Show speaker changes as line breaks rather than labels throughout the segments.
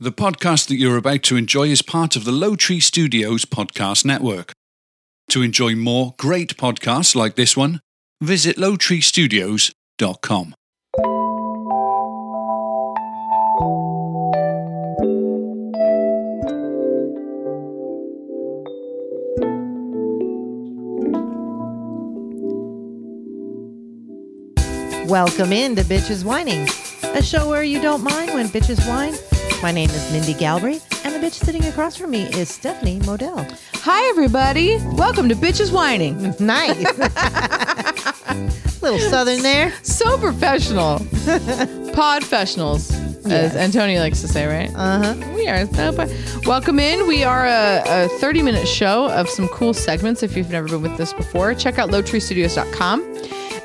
The podcast that you're about to enjoy is part of the Low Tree Studios podcast network. To enjoy more great podcasts like this one, visit lowtreestudios.com.
Welcome in to Bitches Whining, a show where you don't mind when bitches whine. My name is Mindy Galbraith, and the bitch sitting across from me is Stephanie Modell.
Hi, everybody. Welcome to Bitches Whining.
Nice. Little southern there.
So professional. Podfessionals, as Antonio likes to say, right? Uh huh. We are. So po- Welcome in. We are a, a 30 minute show of some cool segments. If you've never been with us before, check out lowtreestudios.com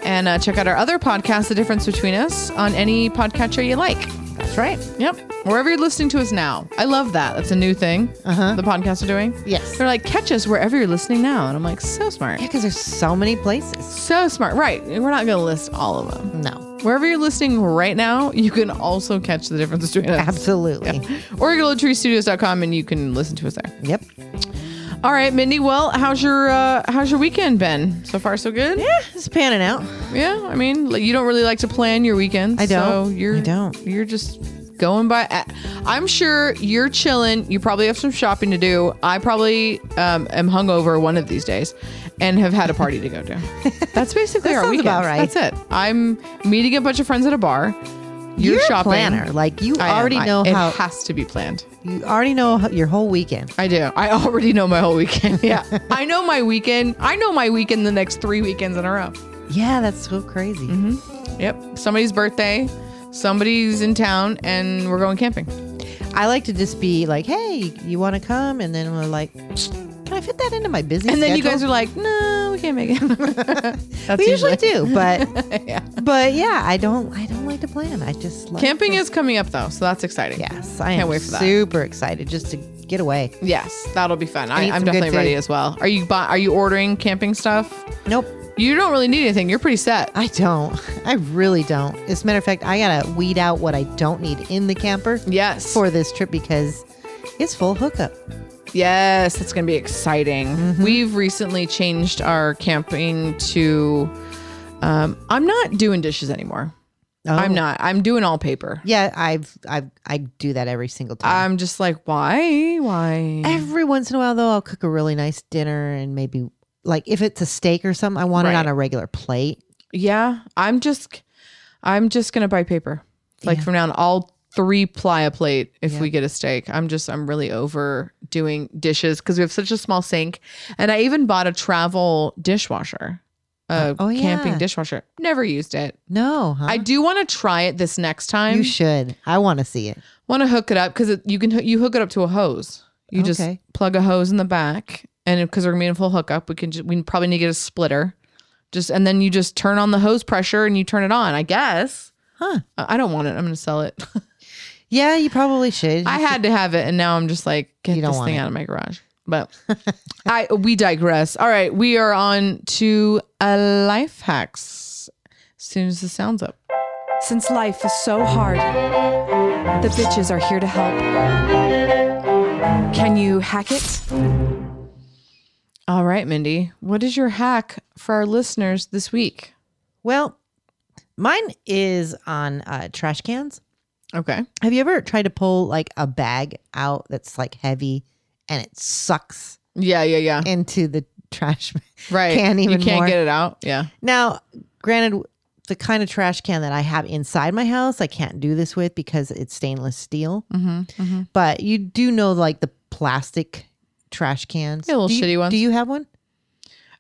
and uh, check out our other podcast, The Difference Between Us, on any podcatcher you like.
That's right.
Yep. Wherever you're listening to us now. I love that. That's a new thing uh-huh. the podcasts are doing.
Yes.
They're like, catch us wherever you're listening now. And I'm like, so smart.
Yeah, because there's so many places.
So smart. Right. We're not going to list all of them.
No,
Wherever you're listening right now, you can also catch the difference between us.
absolutely.
Or you go to treestudios.com and you can listen to us there.
Yep.
All right, Mindy. Well, how's your uh, how's your weekend been? So far, so good.
Yeah, it's panning out.
Yeah. I mean, like, you don't really like to plan your weekends.
I don't.
So you're
I don't.
You're just going by. I- I'm sure you're chilling. You probably have some shopping to do. I probably um, am hungover one of these days, and have had a party to go to. That's basically
That
our
sounds
weekend.
about right.
That's it. I'm meeting a bunch of friends at a bar. You're,
You're a
shopping.
planner. Like, you
I am.
already
I-
know
it
how-
has to be planned.
You already know how- your whole weekend.
I do. I already know my whole weekend. Yeah. I know my weekend. I know my weekend the next three weekends in a row.
Yeah, that's so crazy.
Yep. Somebody's birthday, somebody's in town, and we're going camping.
I like to just be like, hey, you want to come? And then we're like, can I fit that into my busy
And then you
schedule?"
guys are like, no, we can't make it. That's
we usually do, but
yeah.
but yeah, I don't I don't like to plan. I just like
Camping is coming up though, so that's exciting.
Yes, I
Can't
am
wait for that.
super excited just to get away.
Yes, that'll be fun.
I
I,
need
I'm
some good
definitely ready
food.
as well. Are you bu- are you ordering camping stuff?
Nope,
You don't really need anything. You're pretty set.
I don't. I really don't. As a matter of fact, I gotta weed out what I don't need in the camper
Yes.
for this trip because it's full hookup.
Yes, it's going to be exciting.
Mm-hmm.
We've recently changed our camping to. Um, I'm not doing dishes anymore.
Oh.
I'm not. I'm doing all paper.
Yeah, I've I've I do that every single time.
I'm just like, why? Why?
every once in a while though, I'll cook a really nice dinner and maybe like if it's a steak or something, I want it
Right.
on a regular plate.
yeah, I'm just. I'm just going to buy paper. Like from now on, I'll three ply a plate if we get a steak. I'm just. I'm really over doing dishes because we have such a small sink, and I even bought a travel dishwasher. A
Oh, yeah.
camping dishwasher. Never used it.
No, huh?
I do want to try it this next time.
Uh-huh. you should. I want to see it.
want to hook it up because you can hoo- you hook it up to a hose. You just
Okay.
plug a hose in the back, and because we're gonna be in full hookup, we can ju- we probably need to get a splitter. Just and then you just turn on the hose pressure and you turn it on. I guess.
Huh.
I I don't want it. I'm gonna sell it.
Yeah, you probably should.
I had to have it, and now I'm just like get
You don't
this
want
thing
it.
out of my garage. But I we digress. All right, we are on to a life hacks. As soon as the sounds up.
Since life is so hard, the bitches are here to help. Can you hack it?
All right, Mindy. What is your hack for our listeners this week?
Well, mine is on uh, trash cans.
Okay.
Have you ever tried to pull like a bag out that's like heavy and it sucks
Yeah, yeah, yeah.
into the trash
right.
can even
you can't
more?
get it out. Yeah.
Now, granted, the kind of trash can that I have inside my house, I can't do this with because it's stainless steel.
Mm-hmm.
But you do know like the plastic trash cans.
Yeah, little
Do you-
shitty ones.
Do you have one?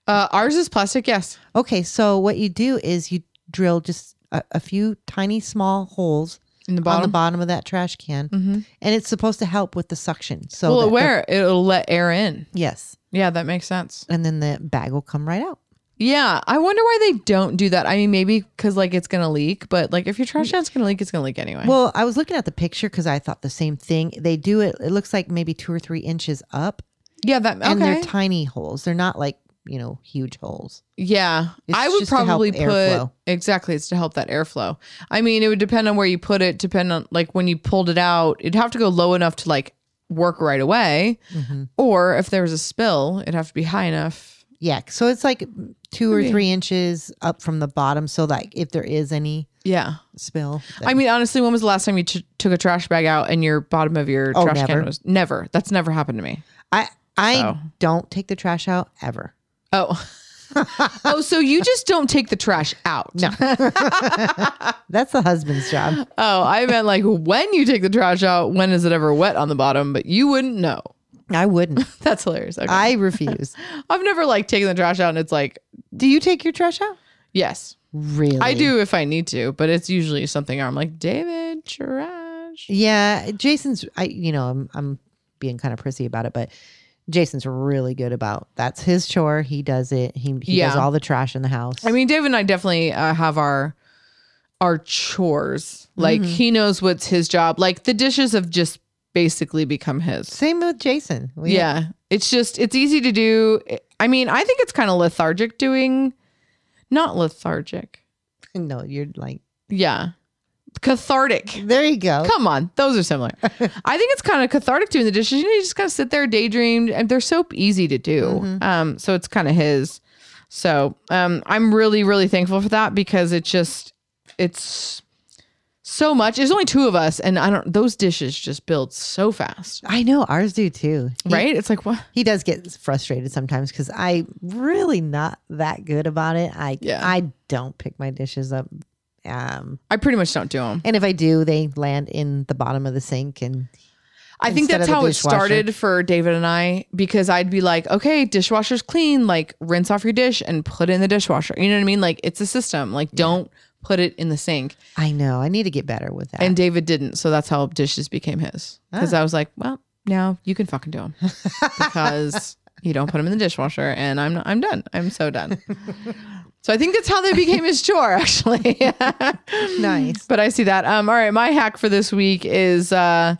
Uh, ours is plastic. Yes.
Okay, so what you do is you drill just a, a few tiny small holes
In the
on the
bottom.
bottom of that trash can,
Mhm.
and it's supposed to help with the suction. So
well,
that
it
the-
where it'll let air in.
yes,
Yeah, that makes sense.
and then the bag will come right out.
Yeah, I wonder why they don't do that. I mean, maybe because like it's gonna leak, but like if your trash can's gonna leak, it's gonna leak anyway.
Well, I was looking at the picture because I thought the same thing. They do it. It looks like maybe two or three inches up,
yeah, that okay.
and they're tiny holes. They're not like you know, huge holes.
Yeah,
It's
I would
just to help
probably put
airflow.
exactly. It's to help that airflow. I mean, it would depend on where you put it. Depend on like when you pulled it out, it'd have to go low enough to like work right away,
Mm-hmm.
or if there was a spill, it'd have to be high enough.
Yeah. So it's like two or
Okay.
three inches up from the bottom. So like if there is any
Yeah,
spill,
I mean, honestly, when was the last time you t- took a trash bag out and your bottom of your
Oh,
trash
never.
can was never? That's never happened to me.
I I
So.
don't take the trash out ever.
Oh, oh, so you just don't take the trash out? No.
That's the husband's job.
Oh, I meant like when you take the trash out, when is it ever wet on the bottom? But you wouldn't know.
I wouldn't.
That's hilarious. Okay.
I refuse.
I've never like taken the trash out and it's like,
Do you take your trash out?
yes,
Really?
I do if I need to, but it's usually something I'm like, David, trash.
Yeah, Jason's. I you know I'm I'm being kind of prissy about it, but Jason's really good about that's his chore. He does it. He he does
Yeah.
all the trash in the house.
I mean, David and I definitely uh, have our our chores. Like
Mm-hmm.
he knows what's his job. Like the dishes have just basically become his.
same with Jason. We-
yeah. It's just it's easy to do. I mean, I think it's kind of lethargic doing not lethargic.
No, you're like
Yeah. Cathartic.
there you go.
Come on, those are similar. I think it's kind of cathartic doing the dishes. You know, you just kind of sit there, daydream, and they're so easy to do. Um, so it's kind of his. So um, I'm really, really thankful for that because it just, it's so much. There's only two of us, and I don't. Those dishes just build so fast,
I know ours do too. He-
right? It's like what?
He does get frustrated sometimes because I really not that good about it. I
Yeah.
I don't pick my dishes up. Um,
I pretty much don't do them.
and if I do, they land in the bottom of the sink. And
I think
instead
that's
of the
how it
dishwasher.
started for David and I because I'd be like, okay, dishwasher's clean, like rinse off your dish and put it in the dishwasher. You know what I mean? Like it's a system. Like don't put it in the sink.
I know I need to get better with that.
And David didn't, so that's how dishes became his.
Ah.
Because I was like, well, now you can fucking do them because you don't put them in the dishwasher, and I'm not, I'm done. I'm so done. so I think that's how they became his chore, actually.
nice.
But I see that. Um, all right, my hack for this week is uh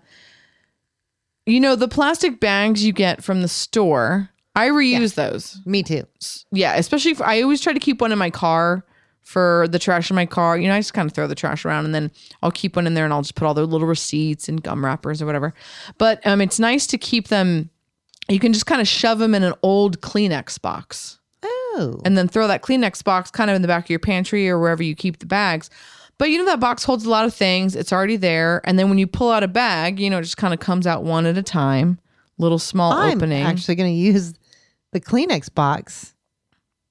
you know, the plastic bags you get from the store, I reuse those.
Me too.
Yeah, especially if I always try to keep one in my car for the trash in my car. You know, I just kind of throw the trash around and then I'll keep one in there and I'll just put all their little receipts and gum wrappers or whatever. But um it's nice to keep them you can just kind of shove them in an old Kleenex box
Oh,
and then throw that Kleenex box kind of in the back of your pantry or wherever you keep the bags. But you know that box holds a lot of things. It's already there, and then when you pull out a bag, you know it just kind of comes out one at a time, little small
I'm
opening.
actually going to use the Kleenex box,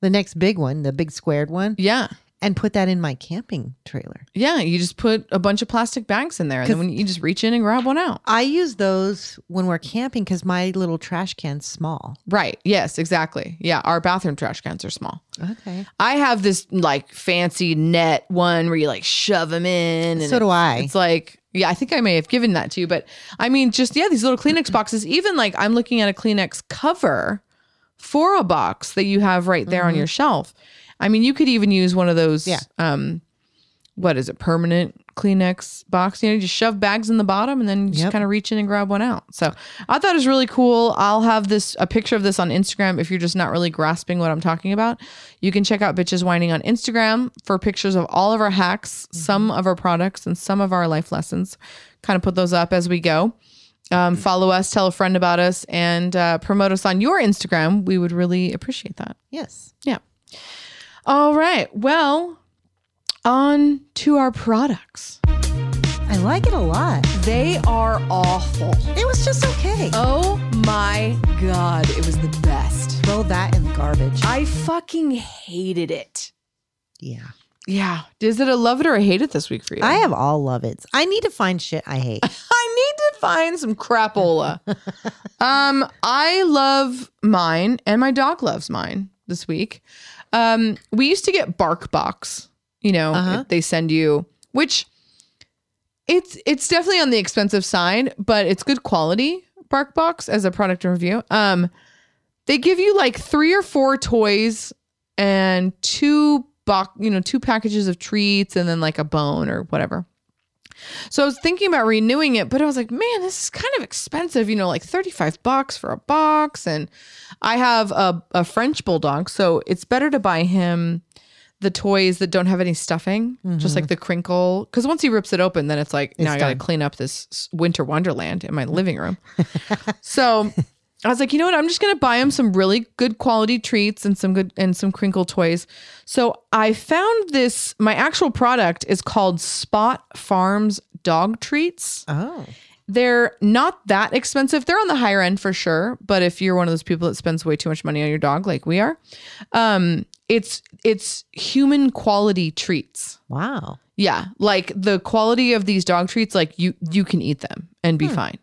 the next big one, the big squared one,
yeah,
and put that in my camping trailer.
yeah. You just put a bunch of plastic bags in there, and then when you just reach in and grab one out.
I use those when we're camping because my little trash can's small.
Right. Yes. Exactly. Yeah. Our bathroom trash cans are small.
Okay.
I have this like fancy net one where you like shove them in. And
So do
it's-
I.
It's like, yeah, I think I may have given that to you, but I mean, just yeah, these little Kleenex boxes. Even like I'm looking at a Kleenex cover for a box that you have right there on your shelf. I mean, you could even use one of those.
Mm-hmm. Yeah.
Um, what is it? Permanent Kleenex box. You know, you just shove bags in the bottom and then you just
Yep.
kind of reach in and grab one out. So I thought it was really cool. I'll have this a picture of this on Instagram if you're just not really grasping what I'm talking about. You can check out Bitches Whining on Instagram for pictures of all of our hacks, some of our products, and some of our life lessons. Kind of put those up as we go. Um, follow us, tell a friend about us, and uh, promote us on your Instagram. We would really appreciate that.
Yes.
Yeah. All right. Well, on to our products.
I like it a lot.
They are awful.
It was just okay.
Oh my god, it was the best.
Throw that in the garbage.
I fucking hated it.
yeah.
Yeah. Is it a love it or a hate it this week for you?
I have all love it's. I need to find shit I hate.
I need to find some crapola. um, I love mine, and my dog loves mine this week. Um, we used to get BarkBox. You know,
Uh-huh.
they send you, which it's it's definitely on the expensive side, but it's good quality. BarkBox as a product review. Um, they give you like three or four toys and two box, you know, two packages of treats, and then like a bone or whatever. So I was thinking about renewing it, but I was like, man, this is kind of expensive, you know, like 35 bucks for a box. And I have a, a French bulldog, so it's better to buy him the toys that don't have any stuffing, just like the crinkle. Because once he rips it open, then it's like, now I got to clean up this s- winter wonderland in my living room. So I was like, you know what? I'm just gonna buy him some really good quality treats and some good and some crinkle toys. So I found this. My actual product is called Spot Farms Dog Treats.
Oh.
They're not that expensive. They're on the higher end for sure. But if you're one of those people that spends way too much money on your dog, like we are, um, it's it's human quality treats.
Wow.
Yeah, like the quality of these dog treats, like you you can eat them and
Hmm.
be fine.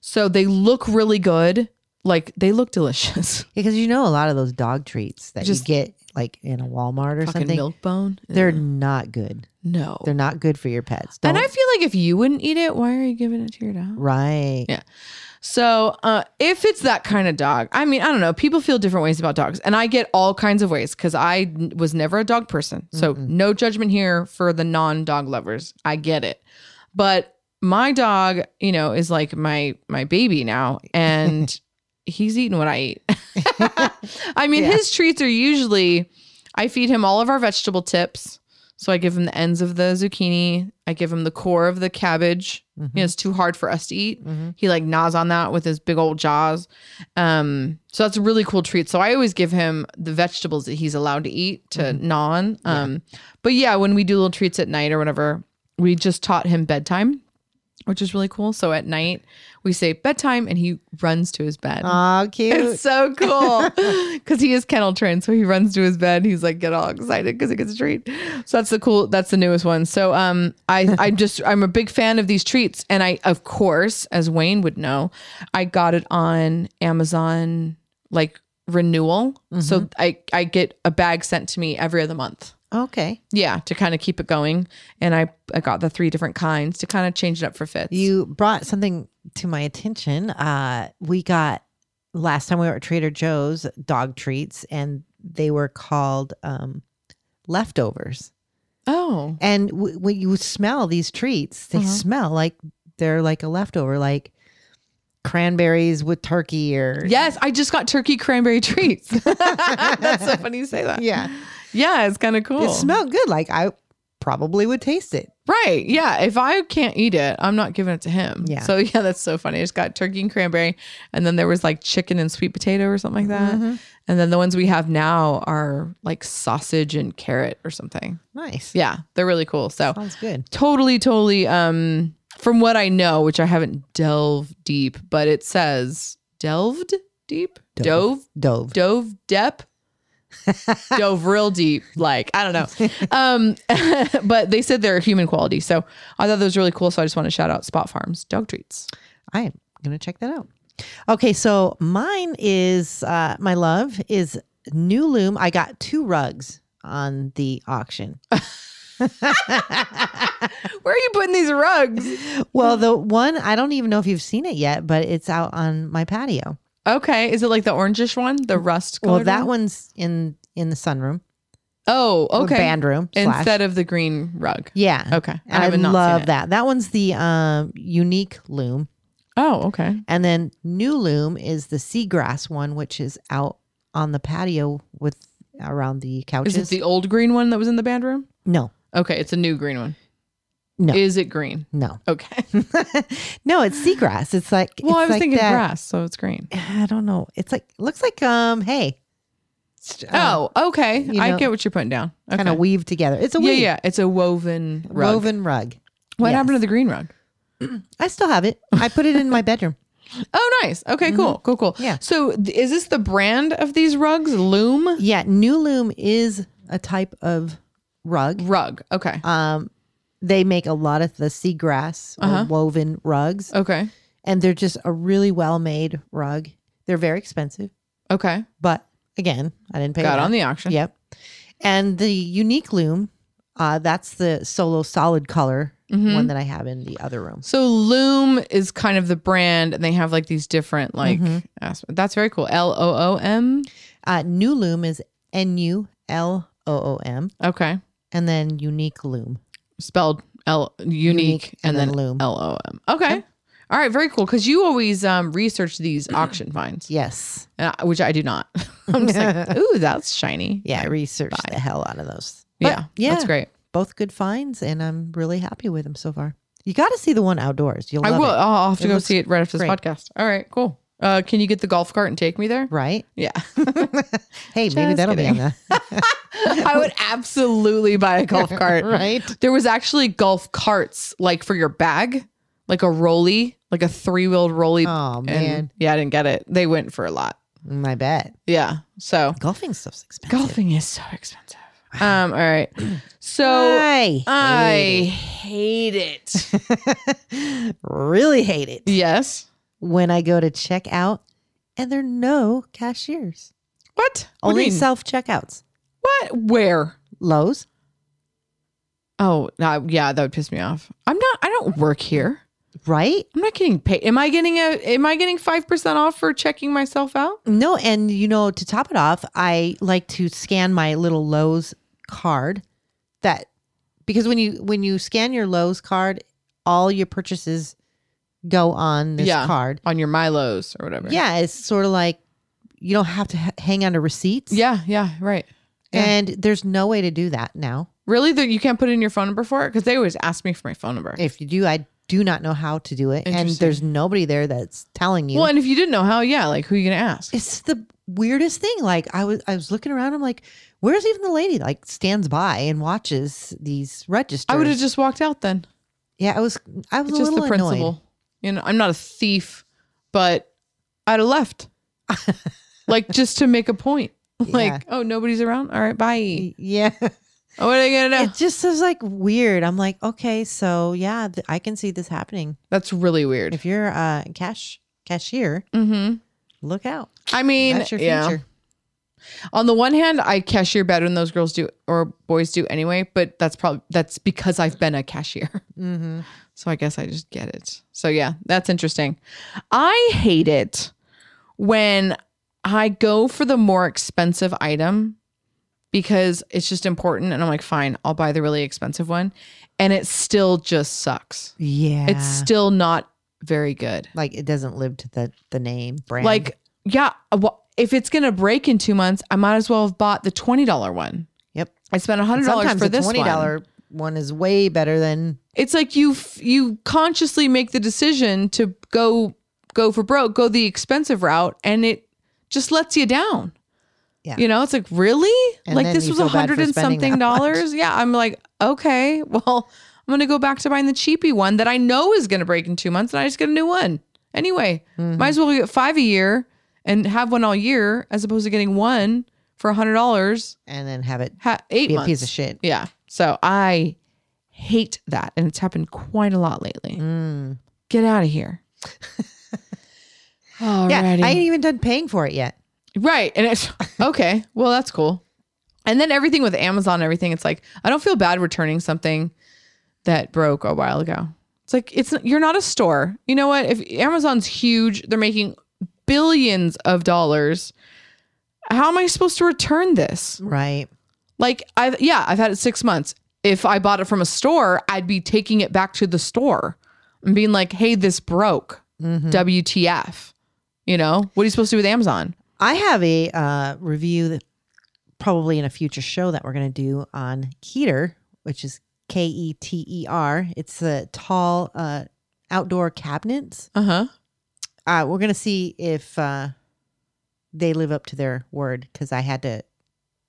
So they look really good. Like they look delicious.
Because you know a lot of those dog treats that
Just-
you get like in a Walmart or
Fucking
something.
milk bone.
They're not good.
no.
They're not good for your pets. Don't
and I feel like if you wouldn't eat it, why are you giving it to your dog?
right.
Yeah. So uh, if it's that kind of dog, I mean, I don't know. People feel different ways about dogs, and I get all kinds of ways because I n- was never a dog person. So no judgment here for the non-dog lovers. I get it, but my dog, you know, is like my my baby now, and he's eating what I eat. I mean, his treats are usually I feed him all of our vegetable tips. So I give him the ends of the zucchini. I give him the core of the cabbage. You know, it's too hard for us to eat. He like gnaws on that with his big old jaws. Um, so that's a really cool treat. So I always give him the vegetables that he's allowed to eat to gnaw on. Um, but yeah, when we do little treats at night or whatever, we just taught him bedtime, which is really cool. So at night we say bedtime and he runs to his bed.
Oh, cute.
It's so cool because he is kennel trained, so he runs to his bed. He's like get all excited because he gets a treat. So that's the cool. That's the newest one. So um, I I just I'm a big fan of these treats, and I of course, as Wayne would know, I got it on Amazon like renewal. So I I get a bag sent to me every other month.
Okay.
Yeah, to kind of keep it going, and I I got the three different kinds to kind of change it up for fits.
You brought something to my attention. Uh, we got last time we were at Trader Joe's dog treats, and they were called um, leftovers.
oh
And w- when you smell these treats, they
Uh-huh.
smell like they're like a leftover, like cranberries with turkey or
yes, I just got turkey cranberry treats. that's so funny you say that.
yeah.
Yeah, it's kind of cool.
It smelled good. Like I probably would taste it.
right. Yeah. If I can't eat it, I'm not giving it to him.
Yeah.
So yeah, that's so funny. I just got turkey and cranberry, and then there was like chicken and sweet potato or something like that.
Mm-hmm.
And then the ones we have now are like sausage and carrot or something.
Nice.
Yeah, they're really cool. So
Sounds good.
totally, totally. Um, from what I know, which I haven't delved deep, but it says delved deep, dove,
Dove.
dove dep dove real deep like i don't know um but they said they're human quality so i thought that was really cool so i just want to shout out spot farms dog treats
I am going to check that out. Okay, so mine is uh, my love is new loom. I got two rugs on the auction.
where are you putting these rugs
Well, the one I don't even know if you've seen it yet, but it's out on my patio.
okay is it like the orangish one the rust
Well,
colored
that one's in in the sunroom,
oh
or
okay
band room slash.
instead of the green rug
yeah.
okay
And I,
have not seen
love
it.
that. That one's the um, unique loom,
oh okay
and then new loom is the seagrass one, which is out on the patio with around the couches.
is it the old green one that was in the band room
no,
okay it's a new green one
No.
is it green
no.
okay
no, it's seagrass. It's like
well
it's
i was
like
thinking
that-
grass so it's green
I don't know. It's like looks like um hay.
oh okay
you
i
know,
get what you're putting down okay.
kind of weaved together. It's a
yeah,
weave.
yeah. It's a woven rug.
woven rug.
What
Yes.
happened to the green rug?
I still have it. I put it in my bedroom.
Oh, nice. Okay, cool, cool, cool.
Yeah.
So, th- is this the brand of these rugs? Loom
Yeah, new loom is a type of rug.
rug. Okay.
Um, they make a lot of the seagrass or
Uh-huh.
woven rugs,
okay.
and they're just a really well made rug. They're very expensive,
Okay.
but again, I didn't pay.
Got
that.
on the auction.
Yep. And the unique loom, uh, that's the solo solid color
Mm-hmm.
one that I have in the other room.
So Loom is kind of the brand, and they have like these different like. asp- That's very cool. L O O M.
Uh, new loom is N U L O O M,
Okay.
and then unique loom.
Spelled L unique, and, then,
loom.
L O M. Okay. All right, very cool. Because you always um, research these auction finds,
Yes.
and I- which I do not. I'm just like, ooh, that's shiny.
Yeah. I researched the hell out of those. But
yeah, that's great.
Both good finds, and I'm really happy with them so far. You got to see the one outdoors. You'll
I
love
will.
it.
I'll have to
It
go
looks
see it right after this
great.
podcast. All right, cool. Uh, can you get the golf cart and take me there?
Right?
Yeah,
Hey, maybe
Just
that'll
kidding.
be on
I would absolutely buy a golf
the
cart.
right.
There was actually golf carts like for your bag, like a rolly, like a three wheeled rolly.
Oh
And-
man,
yeah, I didn't get it. They went for a lot.
my bet.
Yeah, so
Golfing stuff's expensive.
golfing is so expensive. Um, all right, so
I,
I hate it.
hate it. really hate it
yes,
when I go to check out and there are no cashiers,
what? What do you
only
mean?
self checkouts.
what? Where?
Lowe's.
Oh, no, yeah, that would piss me off. I'm not. I don't work here.
Right?
I'm not getting paid. Am I getting a? Am I getting five percent off for checking myself out?
No, and you know, to top it off, I like to scan my little Lowe's card that because when you when you scan your Lowe's card, all your purchases go on this
Yeah.
card.
on your Milos or whatever.
Yeah, it's sort of like you don't have to h- hang on to receipts.
Yeah. Yeah. Right. yeah.
And there's no way to do that now.
Really? That you can't put in your phone number for it? Because they always ask me for my phone number.
If you do, I do not know how to do it. And
Interesting.
there's nobody there that's telling you.
well, and if you didn't know how, yeah, like who are you gonna ask?
it's the weirdest thing. Like I was I was looking around, I'm like, where's even the lady like stands by and watches these registers?
I would have just walked out then.
Yeah, I was I was
It's
a
just
little
the
annoyed.
principle. You know, I'm not a thief, but I'd have left. like just to make a point. Like,
Yeah.
oh, nobody's around. All right, bye.
Yeah.
Oh, what are you gonna do?
It just is like weird. I'm like, okay, so yeah, th- I can see this happening.
That's really weird.
If you're a cash cashier,
Mm-hmm.
look out.
I mean,
That's your future.
yeah. On the one hand, I cashier better than those girls do or boys do anyway, but that's probably that's because I've been a cashier.
Mm-hmm.
So I guess I just get it. So yeah, that's interesting. I hate it when I go for the more expensive item because it's just important and I'm like, fine, I'll buy the really expensive one. And it still just sucks.
Yeah.
It's still not very good.
like it doesn't live to the the name brand.
Like, yeah, well, if it's gonna break in two months, I might as well have bought the twenty dollar one.
Yep.
I spent hundred dollars
sometimes
for
the
this
twenty
one.
dollar one is way better than
it's like you f- you consciously make the decision to go go for broke, go the expensive route, and it just lets you down.
Yeah.
You know, it's like really
And
like
then
this
you
was a
feel bad for
hundred and
spending
something
that much.
dollars. Yeah, I'm like okay, well, I'm gonna go back to buying the cheapy one that I know is gonna break in two months, and I just get a new one anyway.
Mm-hmm.
Might as well get five a year and have one all year as opposed to getting one for a hundred dollars
and then have it
ha- eight
be a
months.
piece of shit.
Yeah. So I hate that. And it's happened quite a lot lately.
Mm.
Get out of here. Alrighty.
Yeah, I ain't even done paying for it yet.
right. And it's okay. Well, that's cool. And then everything with Amazon, and everything, it's like, I don't feel bad returning something that broke a while ago. It's like, it's you're not a store. You know what? If Amazon's huge, they're making billions of dollars. How am I supposed to return this?
Right.
Like I've yeah, I've had it six months. If I bought it from a store, I'd be taking it back to the store and being like, "Hey, this broke.
Hmm. Mm-hmm.
WTF? You know what are you supposed to do with Amazon?
I have a uh, review that probably in a future show that we're going to do on Keter, which is K E T E R. It's the tall uh, outdoor cabinets.
Uh huh.
Uh, we're going to see if uh, they live up to their word because I had to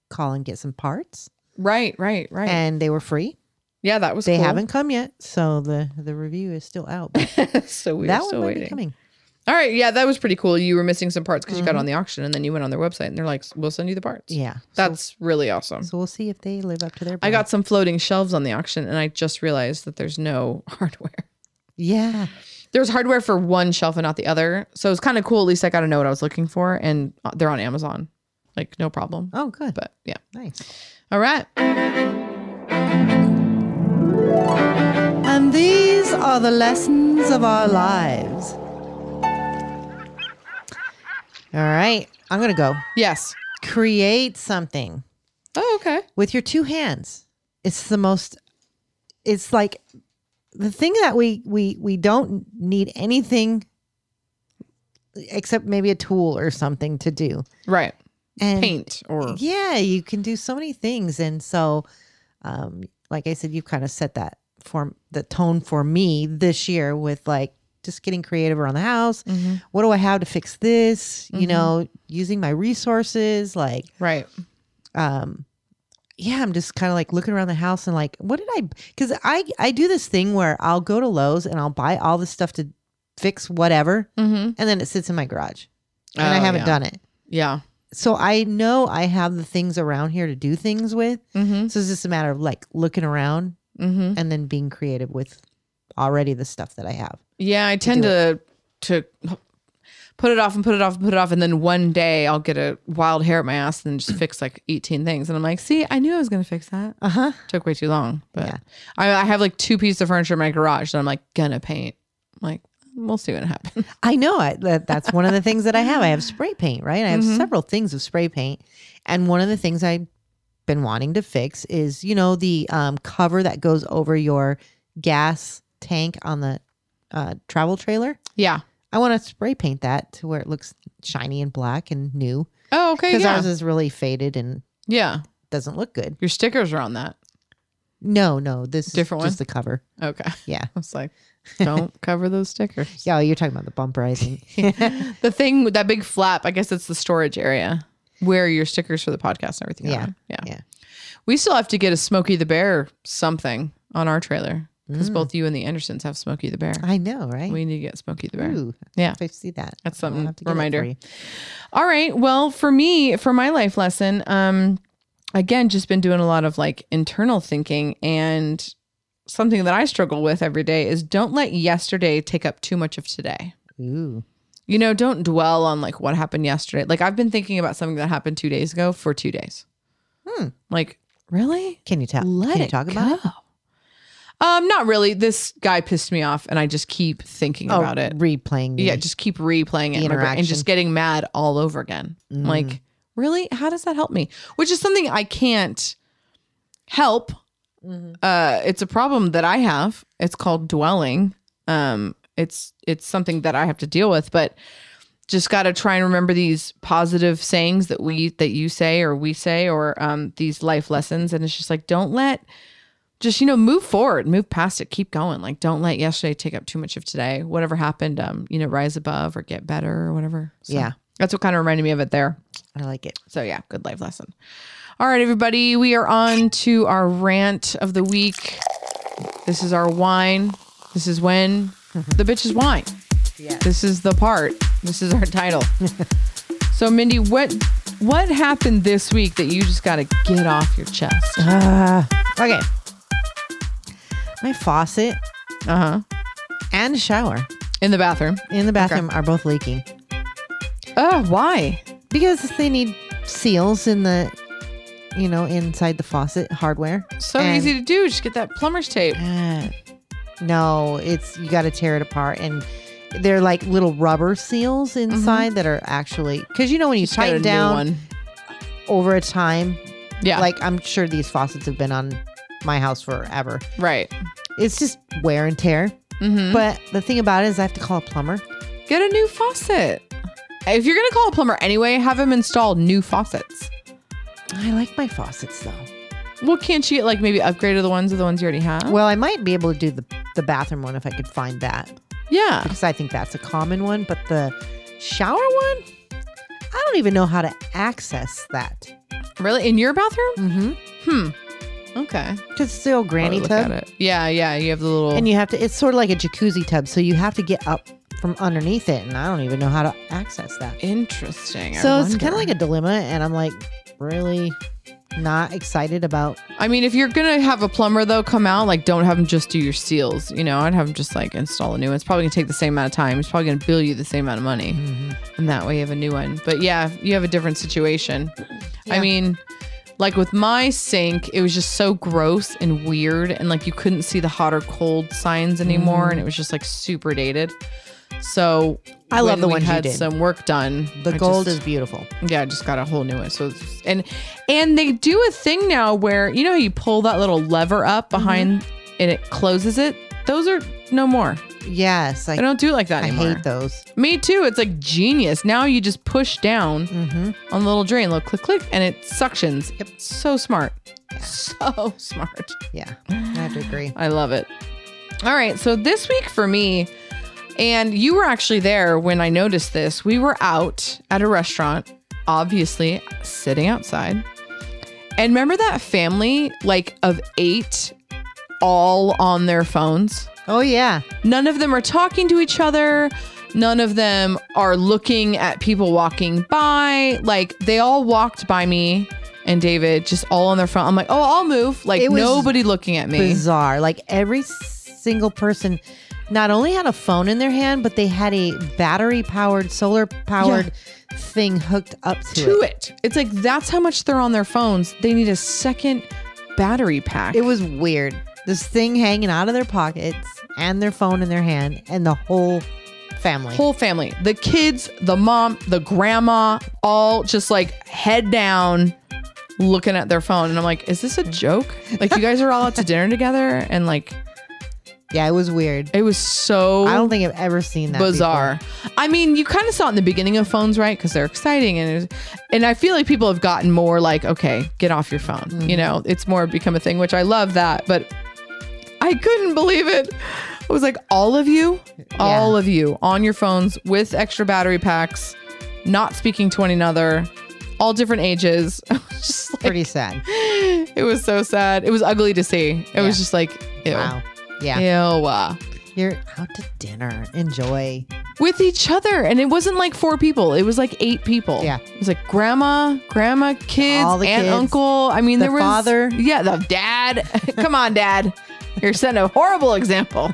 call and get some parts
Right, right, right.
and they were free.
yeah, that was.
They
cool.
haven't come yet, so the the review is still out. But
so we
that
were
one
still
might
waiting.
be coming. Mm-hmm.
All right, yeah, that was pretty cool. You were missing some parts because you got on the auction, and then you went on their website, and they're like, "We'll send you the parts."
Yeah,
that's really awesome.
so we'll see if they live up to their.
I
brand.
got some floating shelves on the auction, and I just realized that there's no hardware.
yeah.
there was hardware for one shelf and not the other. So it was kind of cool. At least I got to know what I was looking for, and uh, they're on Amazon. Like no problem.
Oh, good,
But yeah.
nice.
All right.
And these are the lessons of our lives. All right, I'm gonna go
Yes.
create something
Oh, okay.
with your two hands. It's the most. It's like the thing that we we we don't need anything except maybe a tool or something to do.
Right.
And
Paint or
yeah, you can do so many things, and so, um, like I said, you've kind of set that for the tone for me this year with like just getting creative around the house.
Mm-hmm.
What do I have to fix this? You know, using my resources, like
right.
um yeah i'm just kind of like looking around the house and like what did i because i i do this thing where i'll go to lowes and i'll buy all this stuff to fix whatever
Mm-hmm.
and then it sits in my garage and i
Oh,
haven't
yeah.
done it
Yeah.
so i know i have the things around here to do things with
Mm-hmm.
so it's just a matter of like looking around
Mm-hmm.
and then being creative with already the stuff that i have
Yeah, I tend to to put it off and put it off and put it off, and then one day I'll get a wild hair at my ass and just fix like eighteen things, and I'm like, see, I knew I was gonna fix that.
uh-huh
Took way too long, but
Yeah.
I, I have like two pieces of furniture in my garage that I'm like gonna paint. I'm like we'll see what happens.
I know I, that that's one of the things that I have. I have spray paint, right? I have
Mm-hmm.
several things of spray paint, and one of the things I've been wanting to fix is you know the um, cover that goes over your gas tank on the uh, travel trailer.
yeah.
I want to spray paint that to where it looks shiny and black and new
Oh, okay.
because
Yeah.
ours is really faded and
yeah.
doesn't look good.
Your stickers are on that.
No, no, this
Different
is just the cover.
Okay. I
Yeah,
was like, don't cover those stickers.
yeah. You're talking about the bumper, I think.
The thing with that big flap, I guess it's the storage area where your stickers for the podcast and everything. are
Yeah.
on. Yeah.
Yeah.
We still have to get a Smokey the Bear something on our trailer because both you and the Andersons have Smokey the Bear.
Mm. I know, right?
We need to get Smokey the Bear.
Ooh,
Yeah.
I see that.
That's
I'll
something
have to get it
reminder.
for you.
All right. Well, for me, for my life lesson, um, again, just been doing a lot of like internal thinking and something that I struggle with every day is don't let yesterday take up too much of today.
Ooh.
You know, don't dwell on like what happened yesterday. Like I've been thinking about something that happened two days ago for two days.
Hmm.
Like, really?
Can you tell?
Let
can you
it
talk about it?
go. Um, not really. This guy pissed me off, and I just keep thinking
Oh,
about it.
Replaying. the-
Yeah, just keep replaying it
The
in my brain and
interaction. Mm-hmm.
just getting mad all over again. I'm Like, really? How does that help me? Which is something I can't help.
Mm-hmm.
Uh, it's a problem that I have. It's called dwelling. Um, it's it's something that I have to deal with, but just got to try and remember these positive sayings that we that you say or we say or um, these life lessons and it's just like don't let just you know move forward move past it keep going like don't let yesterday take up too much of today whatever happened um you know rise above or get better or whatever So
Yeah.
that's what kind of reminded me of it there
I like it.
so yeah good life lesson all right everybody we are on to our rant of the week this is our wine this is when the bitch is wine
Yeah.
this is the part. This is our title. so Mindy, what what happened this week that you just got to get off your chest? Uh
Okay. My faucet Uh-huh.
huh.
and shower
In the bathroom.
in the bathroom are both leaking
Oh, why?
because they need seals in the, you know, inside the faucet hardware.
So
And,
easy to do. Just get that plumber's tape.
uh, no, it's you got to tear it apart, and they're like little rubber seals inside that are actually because you know when you
Mm-hmm. Just get
tighten
a
down
new one.
over a time,
Yeah. Like
like I'm sure these faucets have been on my house forever.
right.
It's just wear and tear.
Mhm.
But the thing about it is, I have to call a plumber.
Get a new faucet. If you're gonna call a plumber anyway, have him install new faucets.
I like my faucets though.
Well, can't you get like maybe upgraded the ones or the ones you already have?
Well, I might be able to do the the bathroom one if I could find that
yeah.
because I think that's a common one. But the shower one, I don't even know how to access that.
Really? In your bathroom?
Mm-hmm.
Okay.
Because it's the old granny
Look at
tub,
it. Yeah, yeah. You have the little
and you have to. It's sort of like a jacuzzi tub, so you have to get up from underneath it, and I don't even know how to access that.
Interesting. I
So it's kind of
wonder.
like a dilemma, and I'm like really not excited about.
I mean, if you're gonna have a plumber though come out, like don't have him just do your seals. You know, I'd have him just like install a new one. It's probably gonna take the same amount of time. He's probably gonna bill you the same amount of money,
Mm-hmm.
and that way you have a new one. But yeah, you have a different situation. I mean, like with my sink, it was just so gross and weird, and like you couldn't see the hot or cold signs anymore, and it was just like super dated. So
Mm. I love
when
the
we
ones you
had
did.
some work done.
The
I
gold
just-
is beautiful.
yeah, I just got a whole new one. So it's, and and they do a thing now where you know how you pull that little lever up behind and it closes it. Those are no more.
Yes,
I
I,
don't do it like that
I
anymore.
hate those.
Me too. It's like genius. Now you just push down
Mm-hmm.
on the little drain, little click, click, and it suctions. Yep. So smart. So smart.
Yeah, I have to agree.
I love it. All right. So this week for me, and you were actually there when I noticed this, we were out at a restaurant, obviously sitting outside. And remember that family, like of eight, all on their phones?
Oh yeah,
None of them are talking to each other. None of them are looking at people walking by. Like they all walked by me and David, just all on their phone. I'm like, oh, I'll move. Like
It was
nobody looking at me.
bizarre. Like every single person not only had a phone in their hand, but they had a battery powered, solar powered thing hooked up to,
to
it.
it. It's like that's how much they're on their phones. They need a second battery pack.
It was weird. This thing hanging out of their pockets and their phone in their hand, and the whole family.
whole family, the kids, the mom, the grandma, all just like head down looking at their phone and I'm like, is this a joke? Like you guys are all out to dinner together and like
yeah, it was weird.
it was so
I don't think I've ever seen that.
bizarre. I mean, you kind of saw it in the beginning of phones, right? Because they're exciting, and it was, and I feel like people have gotten more like, okay, get off your phone. You know, it's more become a thing, which I love that, but I couldn't believe it. I was like, all of you, all of you on your phones with extra battery packs, not speaking to one another, all different ages. I was just like,
Pretty sad.
it was so sad. It was ugly to see. It was just like, ew,
Wow. Yeah.
ew.
You're out to dinner. Enjoy.
with each other and it wasn't like four people it was like eight people
Yeah.
it was like grandma grandma kids
All the
aunt
kids.
uncle i mean
The
there was
father.
yeah the dad come on dad you're setting a horrible example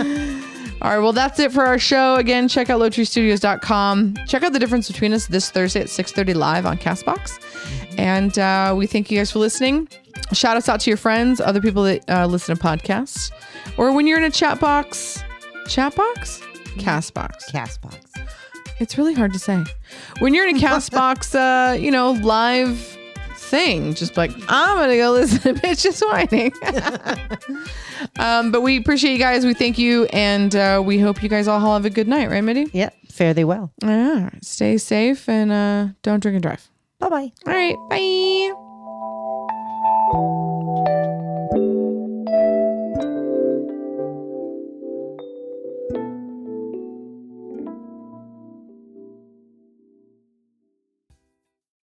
all right well that's it for our show again check out lowtreestudios.com check out the difference between us this thursday at 6.30 live on castbox
Mm-hmm.
and uh, we thank you guys for listening shout us out to your friends other people that uh, listen to podcasts or when you're in a chat box chat box cast box
Castbox.
it's really hard to say. When you're in a Castbox, uh, you know, live thing, just like, I'm going to go listen to Bitches Whining. um, but we appreciate you guys. We thank you. And uh, we hope you guys all have a good night, right, Mitty?
Yep. Fare thee well.
All right. Stay safe and uh, don't drink and drive.
Bye bye.
All right. Bye.